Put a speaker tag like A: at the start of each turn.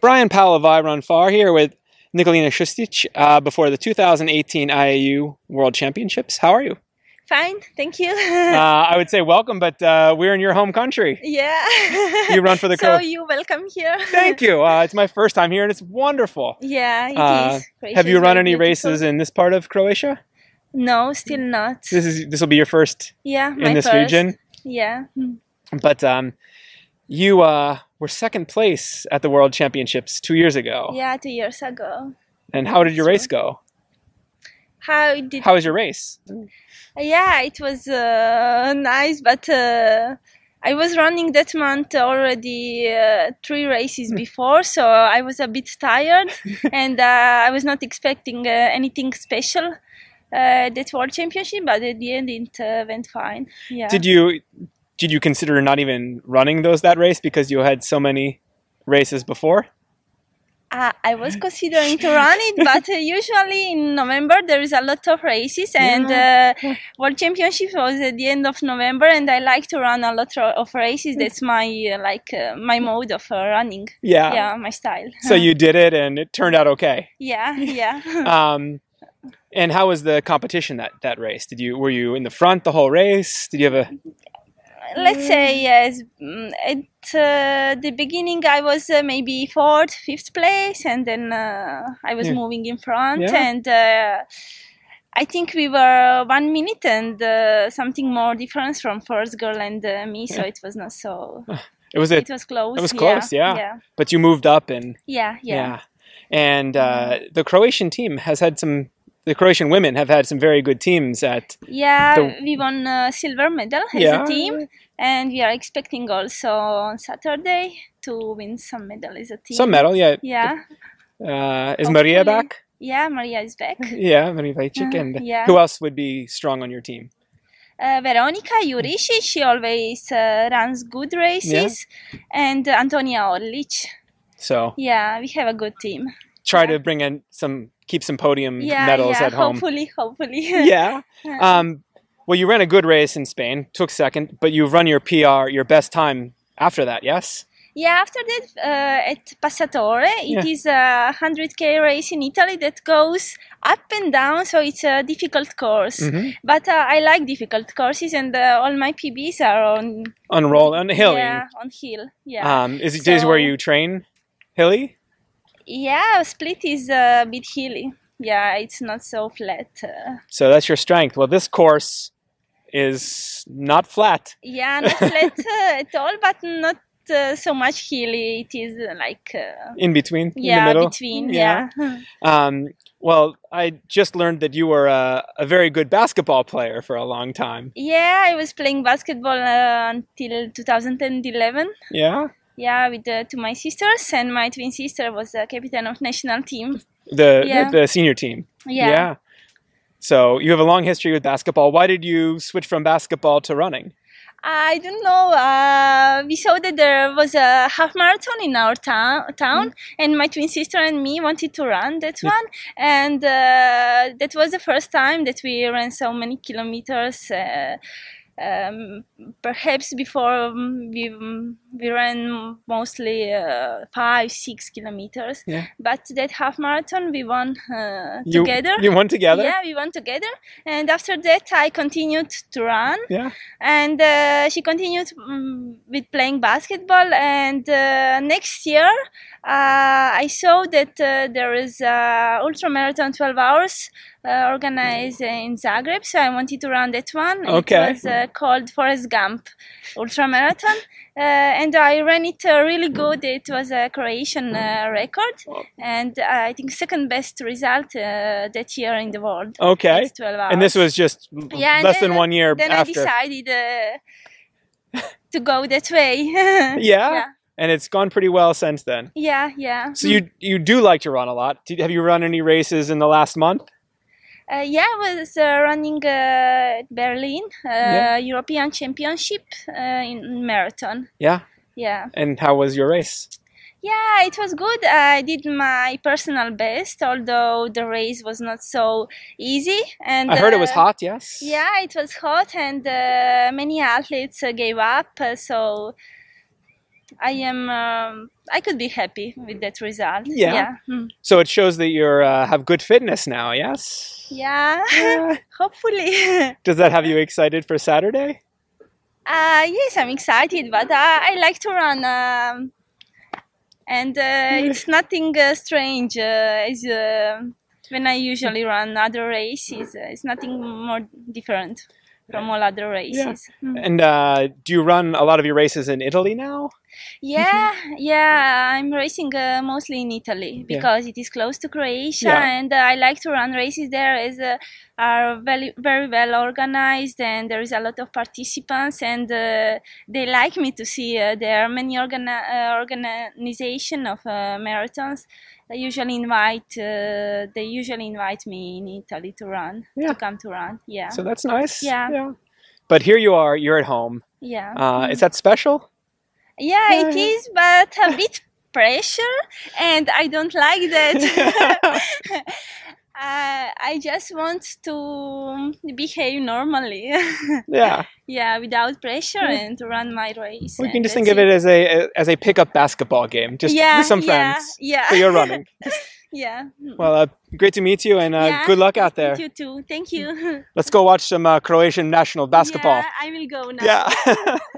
A: Brian Powell of I Run Far here with Nikolina Šustić uh, before the 2018 IAU World Championships. How are you?
B: Fine, thank you.
A: Uh, I would say welcome, but uh, we're in your home country.
B: yeah.
A: You run for the
B: so
A: co-
B: you welcome here.
A: Thank you. Uh, it's my first time here, and it's wonderful.
B: Yeah, it is.
A: Uh,
B: Croatia
A: Have you
B: is
A: run
B: very
A: any
B: beautiful.
A: races in this part of Croatia?
B: No, still not.
A: This is this will be your first
B: Yeah,
A: in
B: my
A: this
B: first.
A: region.
B: Yeah. mm,
A: But um, you uh, were second place at the World Championships two years ago.
B: Yeah, two years ago.
A: And how did your
B: That's
A: race go?
B: How did?
A: How was your race?
B: Yeah, it was uh, nice, but uh, I was running that month already uh, three races before, so I was a bit tired, and uh, I was not expecting uh, anything special. Uh, that world championship, but at the end it uh, went fine. Yeah.
A: Did you did you consider not even running those that race because you had so many races before?
B: Uh, I was considering to run it, but uh, usually in November there is a lot of races, and uh, World Championship was at the end of November, and I like to run a lot ro- of races. That's my uh, like uh, my mode of uh, running.
A: Yeah.
B: Yeah, my style.
A: So you did it, and it turned out okay.
B: yeah, yeah.
A: Um, and how was the competition that that race? Did you were you in the front the whole race? Did you have a
B: Let's say yes. mm, At uh, the beginning, I was uh, maybe fourth, fifth place, and then uh, I was
A: Yeah.
B: moving in front.
A: Yeah.
B: And uh, I think we were one minute and uh, something more difference from first girl and uh, me, so it was not so.
A: it was a
B: It was close.
A: It was close, yeah.
B: Yeah.
A: but you moved up and
B: Yeah. Yeah.
A: yeah. And uh, the Croatian team has had some. The Croatian women have had some very good teams at
B: Yeah,
A: The-
B: we won uh, silver medal as
A: Yeah.
B: a team, and we are expecting also on Saturday to win some medal as a team.
A: some medal. Yeah,
B: Yeah.
A: Uh, is Maria
B: Hopefully.
A: back?
B: Yeah, Maria is back.
A: Yeah, Maria Vajcik.
B: Uh,
A: and
B: yeah.
A: who else would be strong on your team?
B: Uh, Veronica
A: Mm.
B: Juriši, she always uh, runs good races, and uh, Antonia Orlic.
A: So
B: Yeah, we have a good team.
A: try
B: Yeah.
A: to bring in some, keep some podium
B: Yeah,
A: Mm. medals
B: yeah,
A: at home.
B: hopefully, hopefully.
A: Yeah.
B: Yeah.
A: Um, well, you ran a good race in Spain, took second, but you've run your PR, your best time after that, yes?
B: Yeah, after that, uh, at Passatore,
A: Yeah.
B: it is a 100k race in Italy that goes up and down, so it's a difficult course.
A: Mhm.
B: But uh, I like difficult courses, and uh, all my PBs are on
A: On roll, on hilly.
B: Yeah, on hill. Yeah.
A: Um, is it days where
B: So-
A: you train hilly?
B: Yeah, split is a bit hilly. Yeah, it's not so flat. Uh,
A: So that's your strength. Well, this course is not flat.
B: yeah, not flat uh, at all, but not uh, so much hilly. It is uh, like uh,
A: In between, in the
B: yeah,
A: middle. Mm,
B: between.
A: Yeah.
B: Yeah.
A: Um, well, I just learned that you were a, a very good basketball player for a long time.
B: yeah, I was playing basketball uh, until 2011.
A: Yeah,
B: Yeah, with uh, two my sisters, and my twin sister was the captain of national team.
A: the
B: Yeah.
A: the senior team.
B: Yeah.
A: So you have a long history with basketball. Why did you switch from basketball to running?
B: I don't know. Uh, we saw that there was a half marathon in our town, town and my twin sister and me wanted to run that
A: Mm. Yeah.
B: one. And uh, that was the first time that we ran so many kilometers. Uh, um, perhaps before um, we, we ran mostly uh, five, six kilometers.
A: Yeah.
B: But that half marathon we won uh,
A: You,
B: together.
A: You won together.
B: Yeah, we won together. And after that, I continued to run
A: Yeah.
B: and uh, she continued mm, with playing basketball and uh, next year uh, i saw that uh, there is a ultra marathon 12 hours uh, organized in zagreb so i wanted to run that one
A: Okay.
B: it was uh, called forest gump ultra marathon uh, and i ran it uh, really good it was a croatian uh, record and uh, i think second best result uh, that year in the world
A: Okay.
B: It's 12 hours
A: and this was just
B: Yeah, and
A: less
B: then-
A: than one year
B: then
A: after.
B: I decided uh, to go that way. yeah,
A: Yeah?
B: Yeah. Mm-hmm.
A: And it's gone pretty well since then.
B: yeah, yeah.
A: So you you do like to run a lot. Did, have you run any races in the last month?
B: Uh, yeah, I was uh, running uh, at Berlin uh,
A: Yeah.
B: European Championship uh, in marathon.
A: Yeah.
B: Yeah,
A: And how was your race?
B: yeah, it was good. I did my personal best, although the race was not so easy. And
A: I heard it was
B: uh,
A: hot. Yes.
B: Yeah, it was hot, and uh, many athletes uh, gave up. uh, so I am. Um, I could be happy with that result.
A: Yeah.
B: Mm.
A: So it shows that you're uh, have good fitness now. Yes.
B: Yeah.
A: Yeah.
B: Hopefully.
A: Does that have you excited for Saturday?
B: Uh, yes, I'm excited, but uh, I, I like to run. Um, and uh, it's nothing uh, strange uh, as uh, when I usually run other races. Uh, it's nothing more different from all other races. Mm.
A: And uh, do you run a lot of your races in Italy now? Mm-hmm.
B: Yeah, yeah, I'm racing uh, mostly in Italy
A: Yeah.
B: because it is close to Croatia,
A: Yeah.
B: and uh, I like to run races there as uh, are very very well organized, and there is a lot of participants, and uh, they like me to see uh, there are many organi- uh, organization of uh, marathons. They usually invite uh, they usually invite me in Italy to run
A: Yeah.
B: to come to run. Yeah,
A: So that's nice.
B: Yeah.
A: But here you are. You're at home.
B: yeah.
A: Uh,
B: Mm.
A: Is that special?
B: Yeah, it
A: Yeah.
B: is, but a bit pressure, and I don't like that. uh, I just want to behave normally.
A: yeah.
B: yeah, without pressure and to run my race.
A: Hmm. We can
B: and
A: just
B: that's
A: think of it as a as a pickup basketball game, just
B: yeah,
A: with some
B: yeah,
A: friends.
B: Yeah,
A: So you're running.
B: yeah.
A: Well, uh, great to meet you, and uh,
B: Yeah,
A: good luck out there.
B: You too. Thank you.
A: Let's go watch some uh, Croatian national basketball.
B: Yeah, I will go now.
A: Yeah.